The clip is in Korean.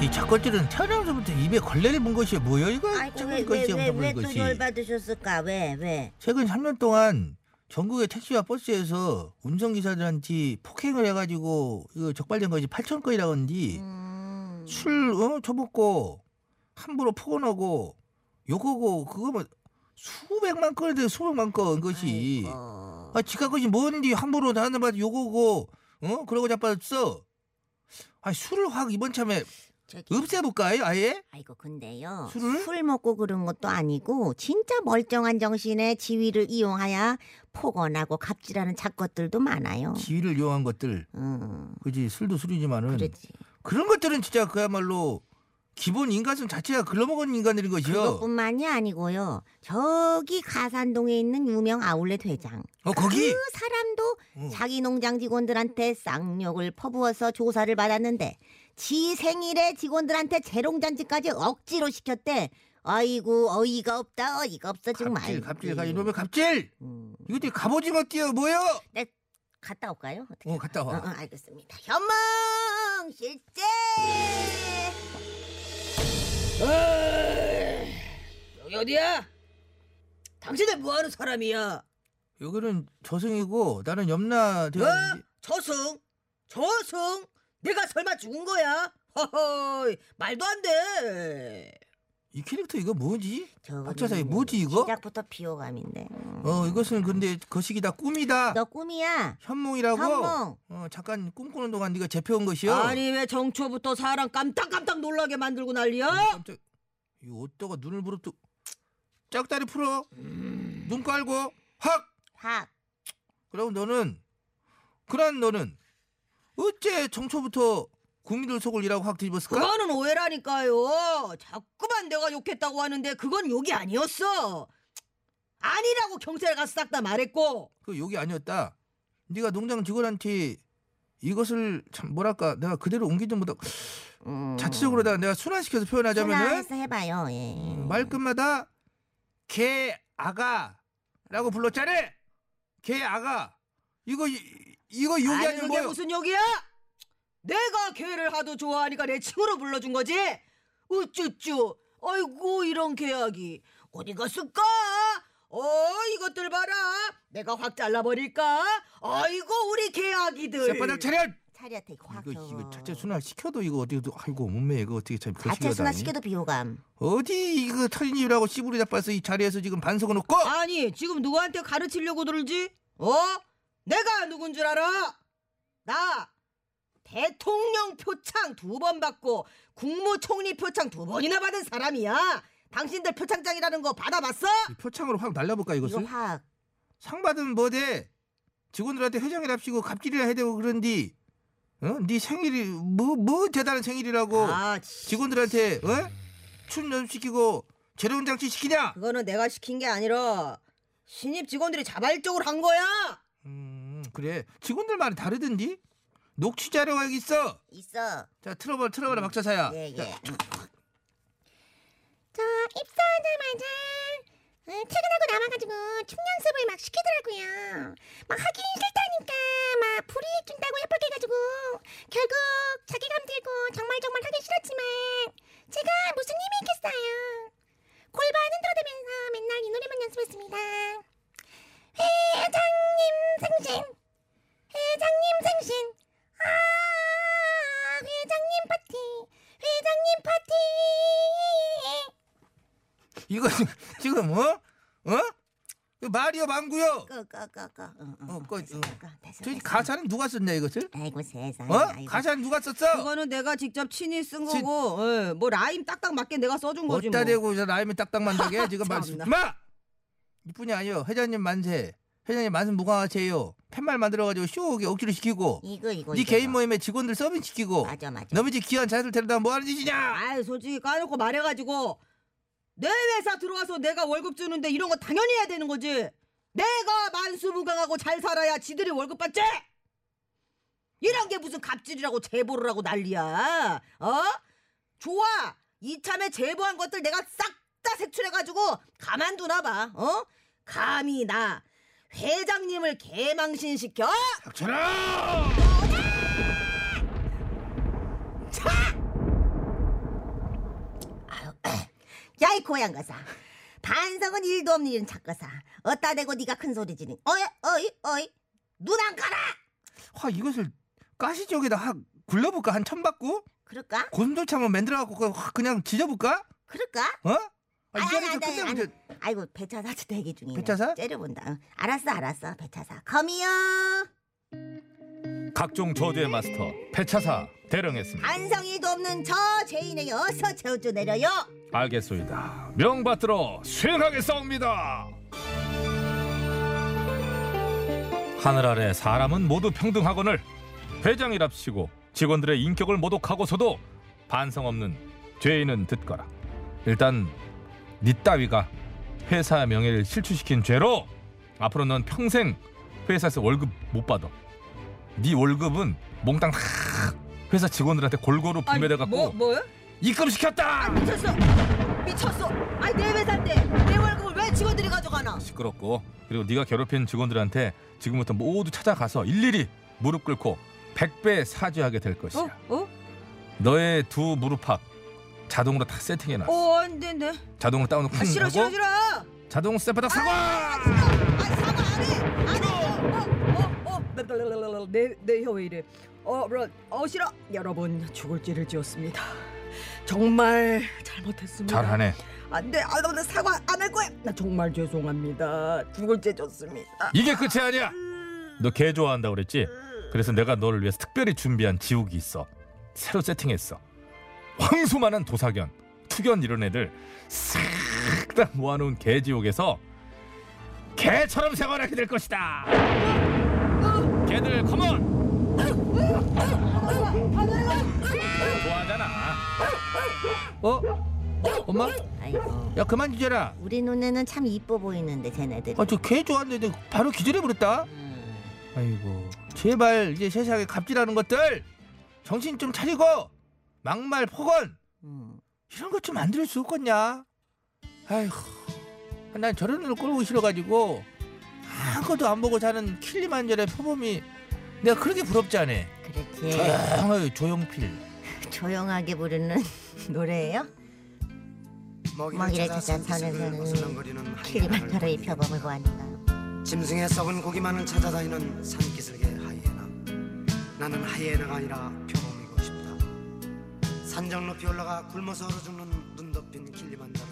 이 작걸들은 태어나면서부터 입에 걸레를 문 것이 뭐여 이거 아이고 이 것이 없는 문 왜왜왜왜또 것이 열받으셨을까 왜 왜? 최근 3년 동안 전국의 택시와 버스에서 운전기사들한테 폭행을 해가지고 이거 적발된 것이 8천 건이라고 하는데 음, 술 어, 처먹고 함부로 폭언하고 욕하고 그거 뭐 수백만 건인데 수백만 건 것이 아이고. 아 지가 것이 뭔디 함부로 나한테 막 욕하고 어 그러고 자빠졌어 아 술을 확 이번 참에 저기, 없애볼까요 아예? 아이고 근데요 술을? 술 먹고 그런 것도 아니고 진짜 멀쩡한 정신에 지위를 이용하여 폭언하고 갑질하는 작것들도 많아요. 지위를 이용한 것들 음 그지 술도 술이지만은 그렇지. 그런 것들은 진짜 그야말로 기본 인간성 자체가 글러먹은 인간들인 거죠. 그것뿐만이 아니고요. 저기 가산동에 있는 유명 아울렛 회장. 어 거기 그 사람도 어. 자기 농장 직원들한테 쌍욕을 퍼부어서 조사를 받았는데 지 생일에 직원들한테 재롱잔치까지 억지로 시켰대. 아이고 어이가 없다 어이가 없어 정말. 갑질 갑질 예. 가 이놈의 갑질 음, 이것들 갑오징어 뛰어 뭐여? 네, 갔다 올까요? 어떻게? 어 갔다 어, 어, 와. 알겠습니다. 현몽 실제. 여기 어디야? 당신들 뭐하는 사람이야? 여기는 저승이고 나는 염라 어? 대왕. 저승? 저승? 내가 설마 죽은 거야? 허허 말도 안 돼. 이 캐릭터 이거 뭐지? 저거는 박차사이 뭐지 이거? 시작부터 비호감인데. 음. 어 이것은 근데 거식이다 꿈이다. 너 꿈이야. 현몽이라고. 현몽. 어 잠깐 꿈꾸는 동안 네가 재펴온 것이요. 아니 왜 정초부터 사람 깜짝깜짝 놀라게 만들고 음. 난리야? 깜짝. 이 옷도가 눈을 부릅뜨. 짝다리 풀어. 눈 깔고 확. 확. 그럼 너는 그런 너는 어째 정초부터 국민들 속을 이라고 확 뒤집었을까? 그거는 오해라니까요. 자꾸만 내가 욕했다고 하는데 그건 욕이 아니었어. 아니라고 경찰에 가서 싹 다 말했고. 그 욕이 아니었다. 네가 농장 직원한테 이것을 참 뭐랄까 내가 그대로 옮기지 못하고 음. 자체적으로다가 내가 순환시켜서 표현하자면은 순화해서 해봐요. 예. 음, 말끝마다 개 아가라고 불렀잖아. 개 아가 이거 이- 이거 욕이 아니, 아니면 그게 뭐야? 무슨 욕이야? 내가 개를 하도 좋아하니까 내 친구로 불러준 거지. 우쭈쭈. 아이고 이런 개악이 어디 갔을까? 어 이것들 봐라. 내가 확 잘라버릴까? 아이고 우리 개악이들. 새바닥 뭐 차렷! 차렷 이거 확 이거 이거 저거. 자체 순환 시켜도 이거 어디도 아이고 몸매 이거 어떻게 참 자체 거칠하다니. 순환시켜도 비호감. 어디 이거 털린이라고 씨부리 자빠서 이 자리에서 지금 반성은 없고 아니 지금 누구한테 가르치려고 들지? 어? 내가 누군 줄 알아? 나 대통령 표창 두 번 받고 국무총리 표창 두 번이나 받은 사람이야. 당신들 표창장이라는 거 받아봤어? 이 표창으로 확 날려볼까 이거 이것을 확. 상 받은 뭐대 직원들한테 회장이랍시고 갑질이나 해대고 그런디 어? 네 생일이 뭐 뭐 대단한 생일이라고 아, 지- 뭐 직원들한테 어? 춤 연습시키고 재료운 장치 시키냐 그거는 내가 시킨 게 아니라 신입 직원들이 자발적으로 한 거야. 음 그래 직원들 말이 다르던디 녹취 자료가 여기 있어 있어. 자 틀어봐 틀어봐라 아, 박차사야 예, 예. 자, 저 입사하자마자 어, 퇴근하고 나와가지고 춤 연습을 막 시키더라고요. 막 하기 싫다니까 막 불이익준다고 협박해가지고 결국 자괴감 들고 정말 정말 하기 싫었지만 제가 무슨 힘이 있겠어요. 골반 흔들어대면서 맨날 이 노래만 연습했습니다. 회장님 생신 회장님 생신 아 회장님 파티 회장님 파티 이거 지금 어? 어? 이거 말이여 망구여 그, 꺼꺼꺼꺼. 응, 응, 어, 응. 꺼, 됐어, 응. 꺼. 됐어, 저기 됐어. 가사는 누가 썼냐 이것을? 아이고 세상에. 어? 음, 아이고. 가사는 누가 썼어? 그거는 내가 직접 친히 쓴 진- 거고, 예, 뭐 라임 딱딱 맞게 내가 써준 거지 뭐. 어따 대고 저 라임이 딱딱만하게 지금 말씀 참나. 마! 이뿐이 아니요 회장님 만세 회장님 말씀 무관하세요. 팻말 만들어가지고 쇼오게 억지로 시키고 이거 이거 네 이거. 개인 모임에 직원들 서빙 시키고 맞아 맞아. 너무 이제 귀한 자들 데려다 뭐하는 짓이냐? 아이 솔직히 까놓고 말해가지고 내 회사 들어와서 내가 월급 주는데 이런 거 당연히 해야 되는 거지. 내가 만수무강하고 잘 살아야 지들이 월급 받지. 이런 게 무슨 갑질이라고 제보를 하고 난리야. 어? 좋아. 이참에 제보한 것들 내가 싹 다 색출해가지고 가만두나 봐. 어? 감히 나 회장님을 개망신시켜? 닥쳐라! 야이 고양 거사. 반성은 일도 없는 이런 작거사. 어따 대고 네가 큰 소리 지르. 어이 어이 어이. 눈 안 가라. 아 이것을 가시 쪽에다 확 굴려볼까 한 천 받고 그럴까? 고슴도치 한번 만들어갖고 그냥 확 그냥 지져볼까? 그럴까? 어? 아, 아니, 이 자리에서 아니, 아니, 끝내면 아니. 이제 아이고 배차사 대기 중이네. 배차사? 째려본다. 응. 알았어 알았어 배차사. 거미요. 각종 저주의 마스터 배차사 대령했습니다. 반성이도 없는 저 죄인에게 어서 저주 내려요. 알겠소이다. 명받들어 수행하겠사옵니다. 하늘 아래 사람은 모두 평등하거늘 회장이랍시고 직원들의 인격을 모독하고서도 반성 없는 죄인은 듣거라. 일단 니 따위가 회사 명예를 실추시킨 죄로 앞으로 넌 평생 회사에서 월급 못 받아. 니 월급은 몽땅 다 회사 직원들한테 골고루 분배돼 갖고 뭐, 뭐요? 입금시켰다. 아, 미쳤어. 미쳤어. 아니 내 회사인데 내 월급을 왜 직원들이 가져가나? 시끄럽고 그리고 네가 괴롭힌 직원들한테 지금부터 모두 찾아가서 일일이 무릎 꿇고 100배 사죄하게 될 것이야. 어? 너의 두 무릎팍 자동으로 다 세팅해놔. 어, 안 돼, 네. 자동으로 다운로 아, 싫어, 싫어, 싫어. 아, 자동 쌔바닥 사과. 사과 안 해. 안 해. 어, 어, 어. 랄랄랄랄랄. 내, 내 네, 혀왜 이래. 어, 뭐, 어, 싫어. 여러분, 죽을 죄를 지었습니다. 정말 잘못했습니다. 잘하네. 안 돼. 아, 나 사과 안 할 거야. 나 정말 죄송합니다. 죽을 죄 졌습니다. 이게 끝이 아니야. 너 개 좋아한다 그랬지? 그래서 내가 너를 위해서 특별히 준비한 지옥이 있어. 새로 세팅했어. 황소만한 도사견, 투견 이런 애들 싹 다 모아놓은 개 지옥에서 개처럼 생활하게 될 것이다. 개들 컴온. 아, 좋아하잖아. 어? 엄마? 아이고. 야 그만 지져라. 우리 눈에는 참 이뻐 보이는데 쟤네들이. 아 저 개 좋아하는데 바로 기절해버렸다. 음. 아이고 제발 이제 세상에 갑질하는 것들 정신 좀 차리고 막말 폭언 음. 이런 것 좀 안 들을 수 없겠냐? 아이고 난 저런 일을 꼴보기 싫어가지고 아무것도 안 보고 사는 킬리만절의 표범이 내가 그렇게 부럽지 않아. 아, 그렇지. 조용하게 조용필. 조용하게 부르는 노래예요. 아, 먹이를 찾아 서는 서는 킬리만타로의 표범을 보았는가. 짐승의 썩은 고기만을 찾아다니는 산기슭의 하이에나 나는 하이에나가 아니라 표범이고 싶다 산정 높이 올라가 굶어서 얼어 죽는 눈 덮인 그 길리만다르